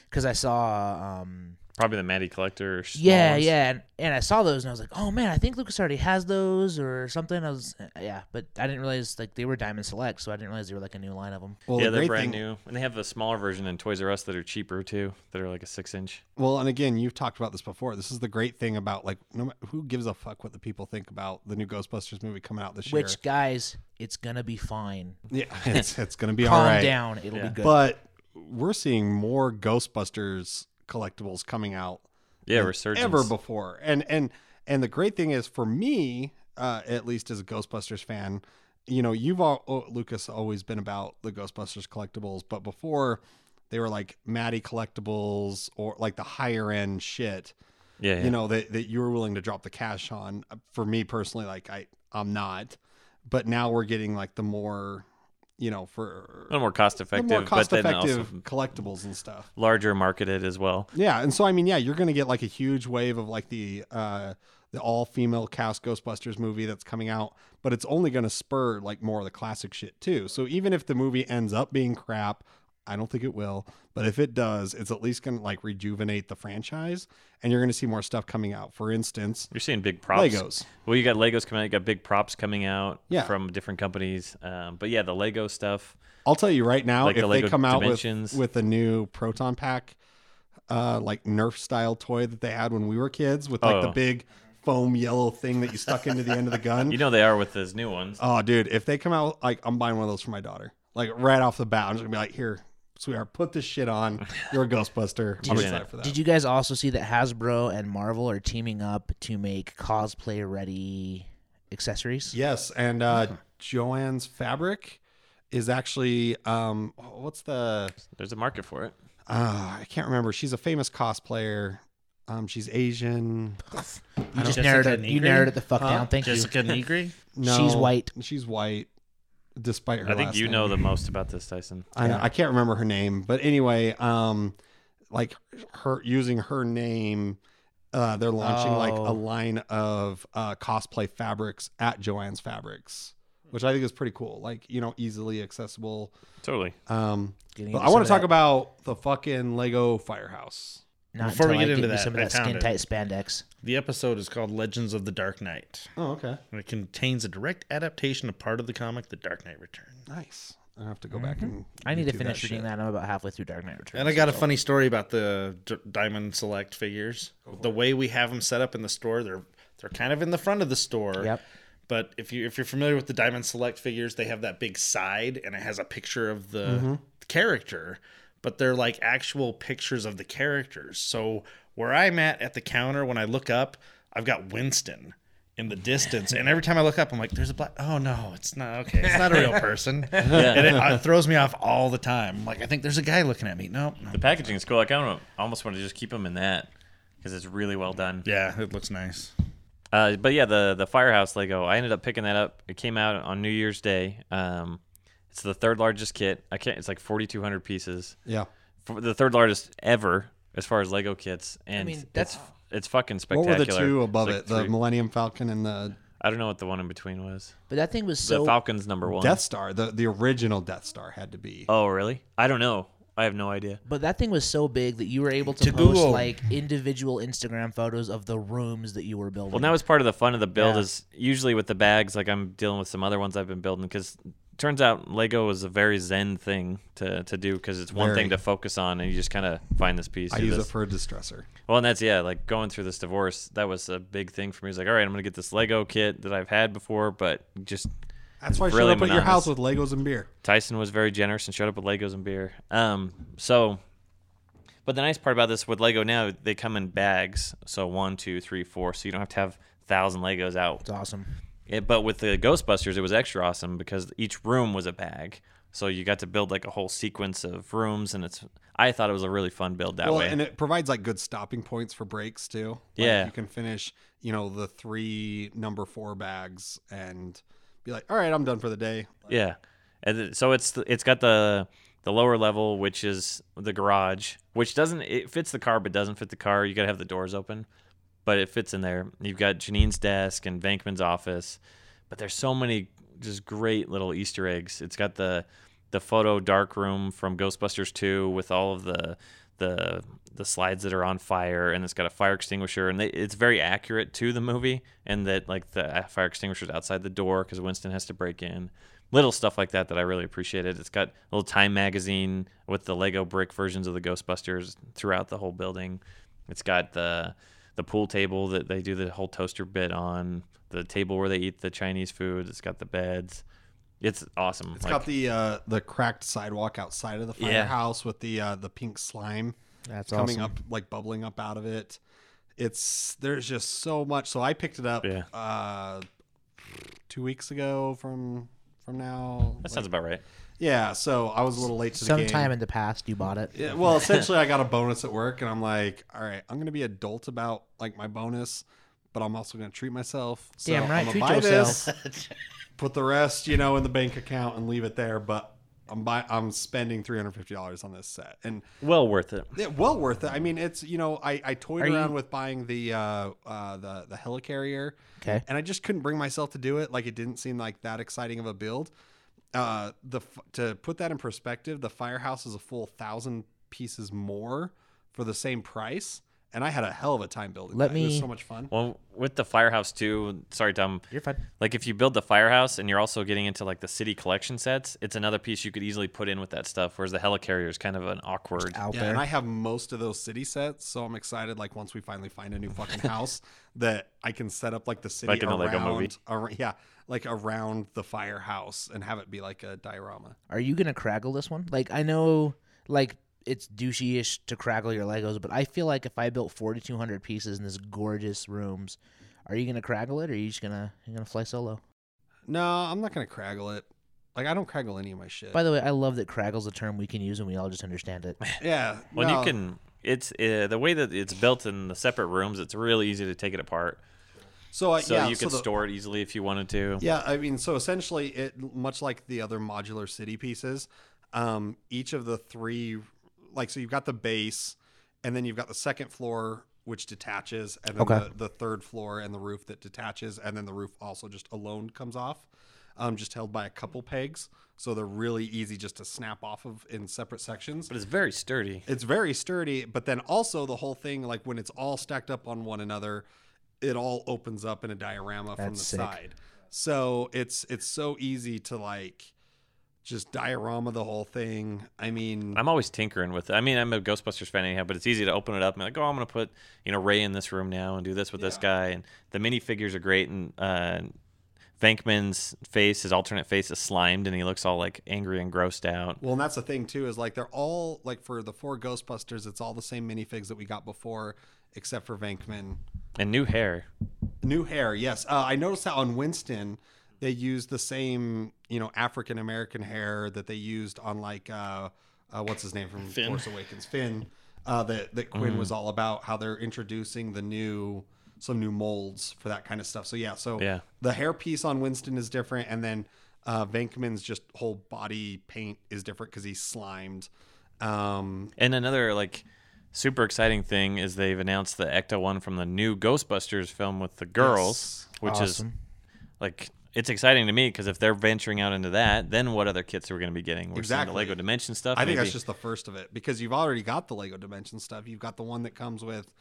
C: because I saw um
B: Probably the Maddie Collector. Or small
C: yeah
B: ones.
C: yeah and, and I saw those and I was like oh man I think Lucas already has those or something I was uh, yeah but I didn't realize like they were Diamond Select so I didn't realize they were like a new line of them
A: Well,
B: yeah,
A: the
B: they're
A: great
B: brand
A: thing-
B: new, and they have a smaller version in Toys R Us that are cheaper too. That are like a six inch.
A: Well, and again, you've talked about this before. This is the great thing about like, no, ma- who gives a fuck what the people think about the new Ghostbusters movie coming out this year?
C: which guys it's gonna be fine
A: yeah, it's, it's gonna be all
C: calm
A: right.
C: down it'll
B: Yeah.
C: be good
A: But we're seeing more Ghostbusters collectibles coming out
B: Yeah,
A: than
B: Resurgence.
A: ever before. And and and the great thing is for me, uh, at least as a Ghostbusters fan, you know, you've all oh, Lucas always been about the Ghostbusters collectibles, but before they were like Maddie collectibles or like the higher end shit,
B: yeah, yeah.
A: you know, that, that you were willing to drop the cash on. Uh, For me personally, like I I'm not, but now we're getting like the more, you know, for
B: a little more cost
A: the
B: effective,
A: more cost
B: but then
A: effective
B: also
A: collectibles and stuff.
B: larger marketed as well.
A: Yeah, and so I mean, yeah, you're gonna get like a huge wave of like the uh the all female cast Ghostbusters movie that's coming out, but it's only gonna spur like more of the classic shit too. So even if the movie ends up being crap, I don't think it will, but if it does, it's at least gonna like rejuvenate the franchise and you're gonna see more stuff coming out. For instance,
B: You're seeing big props.
A: Legos.
B: Well, you got Legos coming out. You got big props coming out
A: Yeah.
B: from different companies. Um, but yeah, the Lego stuff.
A: I'll tell you right now,
B: Like the
A: if they
B: Lego
A: come out with,
B: Dimensions.
A: with a new proton pack, uh, like Nerf style toy that they had when we were kids with like the
B: Oh.
A: big foam yellow thing that you stuck into the end of the gun.
B: You know they are with those new ones.
A: Oh, dude, if they come out like I'm buying one of those for my daughter, like right off the bat, I'm just gonna be like, here, sweetheart, put this shit on. You're a Ghostbuster. I'm
B: you-
A: excited for that.
C: Did you guys also see that Hasbro and Marvel are teaming up to make cosplay ready accessories?
A: yes, and uh,
C: Hmm.
A: Joanne's fabric is actually um, what's the
B: There's a market for it.
A: uh, I can't remember. She's a famous cosplayer. Um, she's Asian.
C: You just
G: Jessica
C: narrowed it. You
G: Negri?
C: narrowed it the fuck
A: Huh?
C: down. Thank
G: Jessica Negri?
A: No,
C: She's white.
A: She's white, despite her.
B: I think
A: last
B: you
A: name.
B: know the most about this, Tyson.
A: I, know, I can't remember her name, but anyway, um, like her using her name, uh, they're launching like a
C: Oh.
A: line of uh, cosplay fabrics at Joanne's Fabrics, which I think is pretty cool. Like you know, easily accessible.
B: Totally.
A: Um,
C: Getting
A: but
C: into
A: I want to
C: some of
A: talk about the fucking Lego Firehouse.
C: you. Not
G: Before we
C: until I
G: get into
C: you
G: that,
C: some of
G: I
C: that
G: found
C: skin
G: it.
C: tight spandex.
G: The episode is called Legends of the Dark Knight.
A: Oh, okay,
G: And it contains a direct adaptation of part of the comic The Dark Knight Returns.
A: nice. I have to go back
B: Mm-hmm.
A: and.
C: I need to
A: YouTube
C: finish
A: that
C: reading
A: shit.
C: that. I'm about halfway through Dark Knight Returns.
G: And I got a funny story about the D- Diamond Select figures. The way we have them set up in the store, they're they're kind of in the front of the store.
C: Yep.
G: But if you if you're familiar with the Diamond Select figures, they have that big side and it has a picture of the character, but they're like actual pictures of the characters. So where I'm at at the counter when I look up, I've got Winston in the distance, and every time I look up, I'm like, "There's a black." Oh no, it's not okay. It's not a real person, and it, uh throws me off all the time. I'm like, I think there's a guy looking at me. No, no.
B: The packaging is cool. Like I don't, I almost want to just keep them in that because it's really well done.
G: Yeah, it looks nice.
B: Uh, but yeah, the the firehouse Lego. I ended up picking that up. It came out on New Year's Day. Um, it's the third largest kit. I can't. It's like 4,200 pieces.
A: Yeah.
B: For the third largest ever as far as Lego kits. And
C: mean,
B: that's
C: that's-
B: it's fucking
A: What
B: spectacular.
A: were the two
B: It's
A: above
B: like
A: it? The
B: three-
A: Millennium Falcon and the
B: I don't know what the one in between was.
C: But that thing was so
B: the Falcon's number one.
A: Death Star. The the original Death Star had to be.
B: Oh, really? I don't know. I have no idea.
C: But that thing was so big that you were able to,
G: To
C: post
G: Google.
C: like individual Instagram photos of the rooms that you were building.
B: Well, that was part of the fun of the build.
C: Yeah.
B: Is usually with the bags, like I'm dealing with some other ones I've been building because turns out Lego is a very zen thing to to do because it's one
A: Very.
B: thing to focus on and you just kind of find this piece.
A: I
B: do
A: use it
B: this.
A: for a distressor.
B: Well, and that's yeah, like going through this divorce, that was a big thing for me. It's like, all right, I'm gonna get this Lego kit that I've had before, but just
A: That's why I
B: really
A: showed up at your house
B: monotonous.
A: with Legos and beer.
B: Tyson was very generous and showed up with Legos and beer. Um, so, but the nice part about this with Lego now, they come in bags. So one, two, three, four. So you don't have to have thousand Legos out
C: It's awesome.
B: It, but with the Ghostbusters, it was extra awesome because each room was a bag. So you got to build like a whole sequence of rooms, and it's. I thought it was a really fun build that
A: well,
B: way.
A: and it provides like good stopping points for breaks too. Like,
B: Yeah.
A: you can finish, you know, the three number four bags and be like, all right, I'm done for the day.
B: Yeah, and th- so it's it's got the the lower level, which is the garage, which doesn't it fits the car, but doesn't fit the car. You gotta have the doors open, but it fits in there. You've got Janine's desk and Vankman's office, but there's so many just great little Easter eggs. It's got the the photo dark room from Ghostbusters 2 with all of the the the slides that are on fire and it's got a fire extinguisher and they, it's very accurate to the movie and that like the uh, fire extinguisher's outside the door because Winston has to break in little stuff like that that I really appreciated it's got a little time magazine with the Lego brick versions of the Ghostbusters throughout the whole building it's got the the pool table that they do the whole toaster bit on the table where they eat the Chinese food it's got the beds it's awesome
A: It's
B: Like-
A: got the uh, the cracked sidewalk outside of the
B: Yeah.
A: firehouse with the uh, the pink slime
C: That's
A: coming up like bubbling up out of it. It's there's just so much. So I picked it up
B: Yeah.
A: uh, two weeks ago from from now.
B: that
A: Like-
B: sounds about right
A: yeah. So I was a little late to the game.
C: Sometime in the past, you bought it.
A: Yeah, well, essentially, I got a bonus at work, and I'm like, all right, I'm gonna be adult about like my bonus, but I'm also gonna treat myself. So
C: Damn right,
A: I'm gonna
C: treat
A: buy
C: yourself.
A: this, put the rest, you know, in the bank account and leave it there. But I'm buy- I'm spending three hundred fifty dollars on this set, and
B: well worth it
A: yeah, well worth it. I mean, it's you know, I, I toyed
C: Are
A: around
C: you-
A: with buying the uh, uh, the the helicarrier,
C: Okay.
A: and I just couldn't bring myself to do it. Like it didn't seem like that exciting of a build. Uh, the f- to put that in perspective, the firehouse is a full thousand pieces more for the same price, and I had a hell of a time building.
C: Let
A: that. it was
C: me-
A: so much fun.
B: Well, with the firehouse too. Sorry, Tom.
C: You're fine.
B: Like if you build the firehouse and you're also getting into like the city collection sets, it's another piece you could easily put in with that stuff. Whereas the helicarrier is kind of an awkward.
C: Out
A: Yeah,
C: there.
A: and I have most of those city sets, so I'm excited. Like once we finally find a new fucking house, that I can set up like the city
B: Like in a
A: around,
B: Lego movie.
A: ar- yeah, like around the firehouse and have it be like a diorama.
C: Are you gonna craggle this one? Like I know, like it's douchey-ish to craggle your Legos, but I feel like if I built 4,200 pieces in this gorgeous rooms, are you gonna craggle it, or are you just gonna you gonna fly solo?
A: No, I'm not gonna craggle it. Like I don't craggle any of my shit.
C: By the way, I love that craggle's a term we can use and we all just understand it.
A: yeah,
B: Well,
A: no.
B: you can. It's uh, the way that it's built in the separate rooms. It's really easy to take it apart,
A: So, uh,
B: so
A: yeah,
B: you could
A: so the-
B: store it easily if you wanted to.
A: Yeah, I mean, so essentially, it much like the other modular city pieces, um, each of the three, like, so you've got the base, and then you've got the second floor which detaches, and then
C: Okay.
A: the, the third floor and the roof that detaches, and then the roof also just alone comes off, um, just held by a couple pegs, so they're really easy just to snap off of in separate sections.
B: But it's very sturdy.
A: It's very sturdy, but then also the whole thing, like when it's all stacked up on one another, it all opens up in a diorama from the
C: That's sick.
A: side. So it's it's so easy to like just diorama the whole thing. I mean,
B: I'm always tinkering with. I mean, I'm a Ghostbusters fan anyhow, but it's easy to open it up and be like, oh, I'm gonna put you know Ray in this room now and do this with this guy. And the minifigures are great. And uh, Venkman's face, his alternate face, is slimed, and he looks all like angry and grossed out.
A: well, and that's the thing too is like they're all like for the four Ghostbusters, it's all the same minifigs that we got before, except for Venkman.
B: And new hair.
A: New hair, yes. Uh, I noticed that on Winston, they used the same, you know, African American hair that they used on like uh, uh, what's his name from
G: Finn.
A: Force Awakens, Finn. Uh, that that Quinn
B: Mm.
A: was all about how they're introducing the new some new molds for that kind of stuff. So yeah, so
B: Yeah.
A: the hair piece on Winston is different, and then uh, Venkman's just whole body paint is different because he's slimed. Um,
B: And another like super exciting thing is they've announced the Ecto one from the new Ghostbusters film with the girls, which is
C: Awesome.
B: like it's exciting to me because if they're venturing out into that, then what other kits are we gonna be getting? We're seeing
A: Exactly.
B: the Lego Dimension stuff.
A: I think
B: maybe.
A: that's just the first of it because you've already got the Lego Dimension stuff. You've got the one that comes with.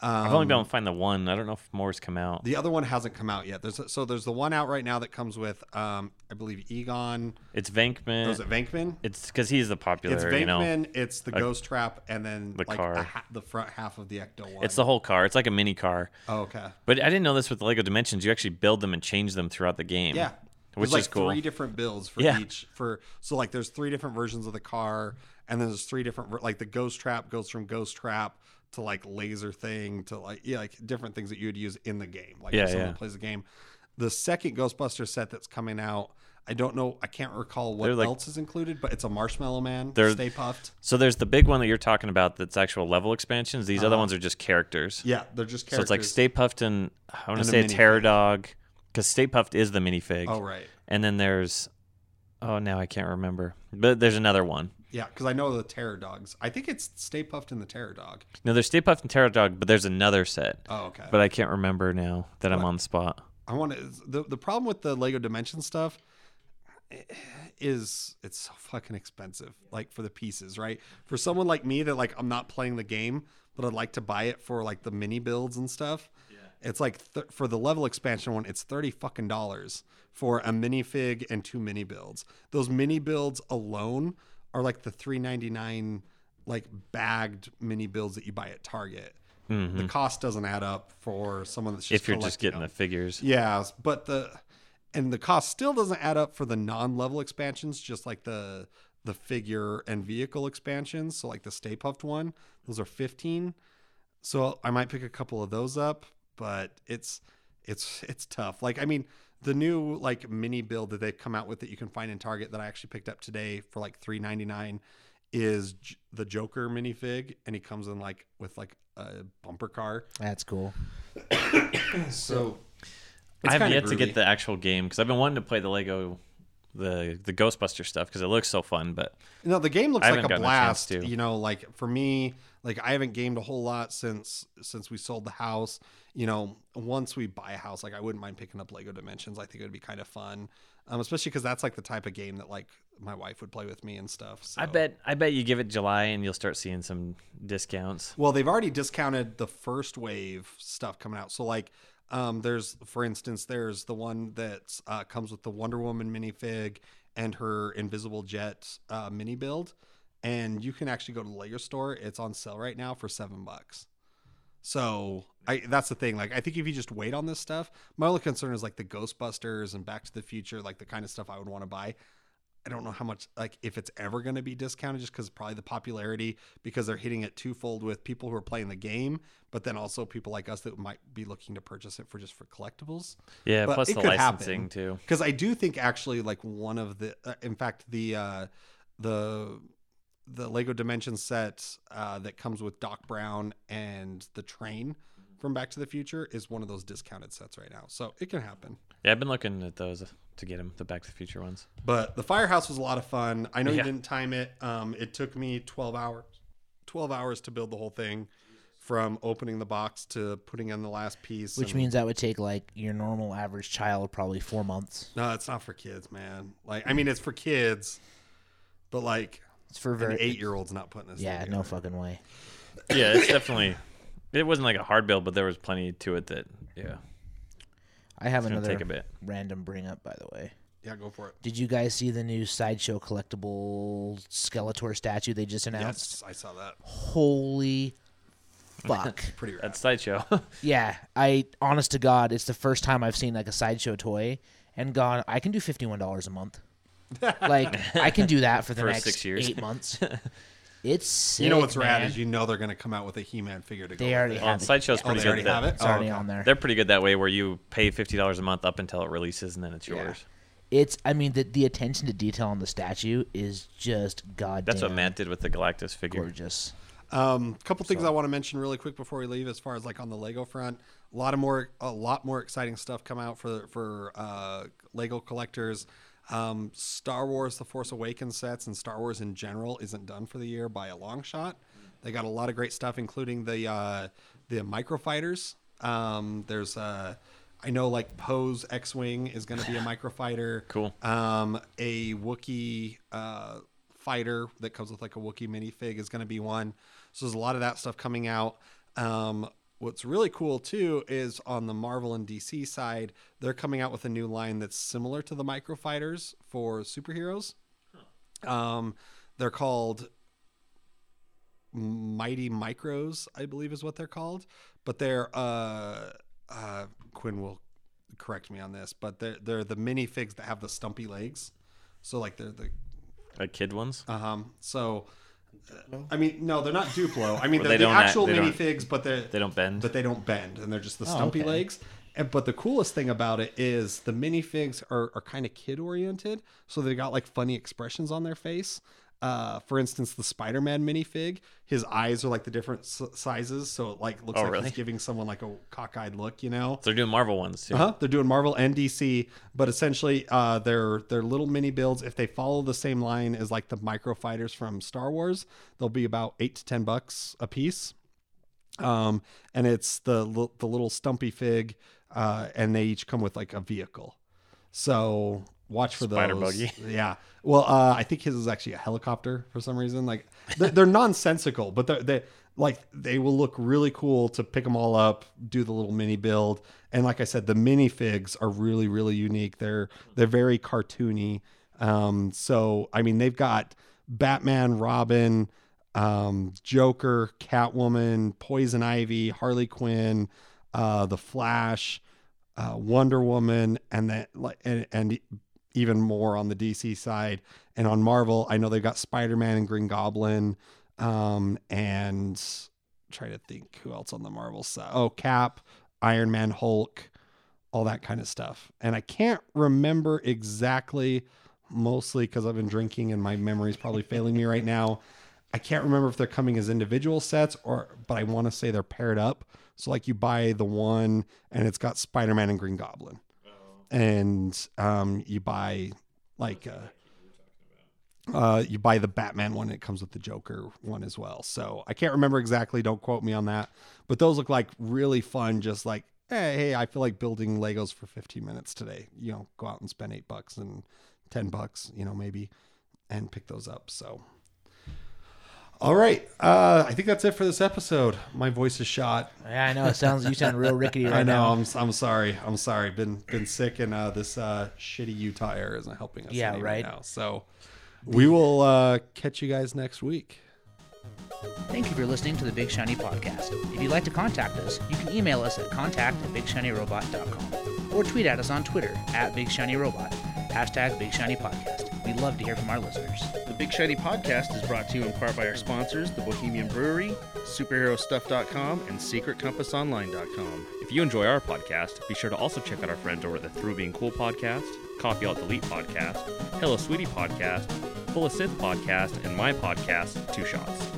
A: Um,
B: I've only been able to find the one. I don't know if more's come out.
A: The other one hasn't come out yet. There's so there's the one out right now that comes with, um, I believe Egon.
B: It's Venkman.
A: Was Oh, it Venkman?
B: It's because he's the popular.
A: It's
B: you know,
A: Venkman. It's the Ghost Trap, and then
B: the
A: like
B: car.
A: A ha- the front half of the Ecto one.
B: it's the whole car. It's like a mini car.
A: oh, okay.
B: But I didn't know this with the Lego Dimensions. You actually build them and change them throughout the game.
A: Yeah.
B: which
A: there's like
B: is cool.
A: three different builds for
B: Yeah.
A: each for so like there's three different versions of the car and then there's three different ver- like the ghost trap goes from ghost trap to like laser thing to like yeah like different things that you would use in the game like
B: Yeah,
A: if someone
B: yeah.
A: plays the game The second Ghostbuster set that's coming out, I don't know, I can't recall what
B: They're like-
A: else is included, but it's a Marshmallow Man,
B: They're-
A: Stay Puffed.
B: So there's the big one that you're talking about that's actual level expansions. These other ones are just characters.
A: Uh-huh. Yeah, they're just
B: So
A: characters.
B: it's like Stay Puffed and I want
A: And
B: to
A: a
B: say it's Terror
A: minifig.
B: Dog because Stay Puffed is the minifig.
A: Oh right,
B: And then there's oh now I can't remember, but there's another one.
A: yeah, because I know the Terror Dogs. I think it's Stay Puffed and the Terror Dog.
B: No, there's Stay Puffed and Terror Dog, but there's another set.
A: Oh okay.
B: But I can't remember now that I'm on the spot.
A: I want to. The, the problem with the Lego Dimension stuff eh, is it's so fucking expensive, like for the pieces, right? For someone like me that like I'm not playing the game, but I'd like to buy it for like the mini builds and stuff. It's like th- for the level expansion one, it's thirty fucking dollars for a minifig and two mini builds. Those mini builds alone are like the three ninety nine like bagged mini builds that you buy at Target. The cost doesn't add up for someone that's just
B: Mm-hmm. if you're just
A: collecting
B: getting
A: them.
B: the figures.
A: Yeah, but the and the cost still doesn't add up for the non-level expansions, just like the the figure and vehicle expansions. So like the Stay Puffed one, those are fifteen. So I might pick a couple of those up, but it's it's it's tough. Like I mean, the new like mini build that they've come out with that you can find in Target that I actually picked up today for like three ninety nine is J- the Joker minifig, and he comes in like with like a bumper car.
C: That's cool.
A: So
B: I have
A: kinda
B: yet to
A: groovy.
B: get the actual game because I've been wanting to play the Lego, the the Ghostbuster stuff because it looks so fun. But
A: No, the game looks
B: I
A: like
B: haven't
A: a
B: gotten a chance
A: blast.
B: to.
A: You know, like for me, like I haven't gamed a whole lot since since we sold the house. You know, once we buy a house, like I wouldn't mind picking up Lego Dimensions. I think it would be kind of fun, um, especially because that's like the type of game that like my wife would play with me and stuff. So.
B: I bet I bet you give it July and you'll start seeing some discounts.
A: Well, they've already discounted the first wave stuff coming out. So like, um, there's for instance, there's the one that uh, comes with the Wonder Woman minifig and her invisible jet uh, mini build, and you can actually go to the Lego store. It's on sale right now for seven bucks. So I, that's the thing. Like, I think if you just wait on this stuff, my only concern is like the Ghostbusters and Back to the Future, like the kind of stuff I would want to buy. I don't know how much, like, if it's ever going to be discounted, just because probably the popularity, because they're hitting it twofold with people who are playing the game, but then also people like us that might be looking to purchase it for just for collectibles.
B: Yeah,
A: But
B: plus
A: it
B: the
A: could happen.
B: licensing too.
A: Because I do think actually, like one of the, uh, in fact, the uh, the the Lego Dimension set uh, that comes with Doc Brown and the train from Back to the Future is one of those discounted sets right now. So it can happen.
B: Yeah, I've been looking at those to get them, the Back to the Future ones.
A: But the firehouse was a lot of fun. I know you
B: Yeah.
A: didn't time it. Um, it took me twelve hours, twelve hours to build the whole thing, from opening the box to putting in the last piece.
C: Which
A: and-
C: means that would take like your normal average child probably four months.
A: no, it's not for kids, man. Like I mean, it's for kids, but like
C: It's for
A: an
C: very
A: eight-year-old's not putting this.
C: Yeah,
A: thing
C: no
A: together.
C: fucking way.
B: Yeah, it's definitely. It wasn't like a hard build, but there was plenty to it that yeah,
C: I have
B: it's gonna
C: another
B: take a bit.
C: random bring up by the way.
A: Yeah, go for it.
C: Did you guys see the new sideshow collectible Skeletor statue they just announced?
A: Yes, I saw that.
C: Holy fuck.
A: Pretty rad.
B: That's sideshow.
C: yeah, I honest to god, it's the first time I've seen like a sideshow toy and gone, I can do $51 a month. like I can do that for the
B: For
C: next
B: six years.
C: 8 months. It's sick,
A: you know what's rad
C: man.
A: is you know they're gonna come out with a He-Man figure to go.
C: They
A: with
C: already
A: it.
B: well,
C: have it.
B: sideshow's
A: Oh,
B: pretty
A: they
B: good.
A: already
B: at that.
A: have it.
C: It's already
A: oh, okay.
C: on there.
B: They're pretty good that way, where you pay fifty dollars a month up until it releases, and then it's yours.
C: It's I mean the the attention to detail on the statue is just goddamn
B: That's what Matt did with the Galactus figure.
C: gorgeous.
A: Um, a couple things I want to mention really quick before we leave, as far as like on the Lego front, a lot of more, a lot more exciting stuff come out for for uh, Lego collectors. Um, Star Wars: The Force Awakens sets and Star Wars in general isn't done for the year by a long shot. They got a lot of great stuff, including the uh, the microfighters. Um, there's uh, I know like Poe's X-wing is going to be a microfighter.
B: Cool.
A: Um, a Wookiee uh, fighter that comes with like a Wookiee minifig is going to be one. So there's a lot of that stuff coming out. Um, what's really cool too is on the Marvel and DC side, they're coming out with a new line that's similar to the microfighters for superheroes. Um, they're called Mighty Micros, I believe is what they're called. But they're uh, uh, Quinn will correct me on this, but they're they're the minifigs that have the stumpy legs. So like they're the
B: Like kid ones.
A: um so. uh, I mean, no, they're not Duplo. I mean,
B: Well,
A: they're the
B: they don't act-
A: actual
B: they don't-
A: minifigs, but they're
B: they don't bend.
A: but they don't bend, and they're just the stumpy
C: okay.
A: legs. And, but the coolest thing about it is the minifigs are, are kind of kid oriented, so they got like funny expressions on their face. Uh, for instance, the Spider-Man minifig, his eyes are like the different s- sizes, so it like looks
B: Oh,
A: like
B: really?
A: he's giving someone like a cockeyed look, you know.
B: So they're doing Marvel ones too.
A: Uh-huh. They're doing Marvel and DC, but essentially, uh, their their little mini builds, if they follow the same line as like the micro fighters from Star Wars, they'll be about eight to ten bucks a piece. Um, and it's the li- the little stumpy fig, uh, and they each come with like a vehicle. So watch for
B: Spider
A: those.
B: buggy.
A: Yeah. Well, uh, I think his is actually a helicopter for some reason. Like they're, they're nonsensical, but they're, they like they will look really cool to pick them all up, do the little mini build, and like I said, the minifigs are really really unique. They're they're very cartoony. Um, so I mean, they've got Batman, Robin, um, Joker, Catwoman, Poison Ivy, Harley Quinn, uh, the Flash uh, Wonder Woman, and that like and, and even more on the DC side and on Marvel. I know they've got Spider Man and Green Goblin, um, and try to think who else on the Marvel side. Oh, Cap, Iron Man, Hulk, all that kind of stuff. And I can't remember exactly, mostly because I've been drinking and my memory's probably failing me right now. I can't remember if they're coming as individual sets or, but I want to say they're paired up. So like you buy the one and it's got Spider Man and Green Goblin, and um, you buy like uh, uh, you buy the Batman one. And it comes with the Joker one as well. So I can't remember exactly. Don't quote me on that. But those look like really fun. Just like hey, hey, I feel like building Legos for 15 minutes today. You know, go out and spend eight bucks and ten bucks. You know, maybe and pick those up. So. All right, uh, I think that's it for this episode. My voice is shot.
C: Yeah, I know. It sounds you sound real rickety right
A: I know.
C: now.
A: I'm I'm sorry. I'm sorry. Been been sick, and uh, this uh, shitty Utah air isn't helping us.
C: Yeah,
A: any
C: right.
A: now. So we will uh, catch you guys next week.
C: Thank you for listening to the Big Shiny Podcast. If you'd like to contact us, you can email us at contact at bigshinyrobot.com or tweet at us on Twitter at Big Shiny Robot, hashtag Big Shiny Podcast. We'd love to hear from our listeners.
G: The Big Shiny Podcast is brought to you in part by our sponsors, the Bohemian Brewery, SuperheroStuff.com, and SecretCompassOnline.com.
E: If you enjoy our podcast, be sure to also check out our friends over at the Through Being Cool podcast, Copy Out Delete podcast, Hello Sweetie podcast, Full of Sith podcast, and my podcast, Two Shots.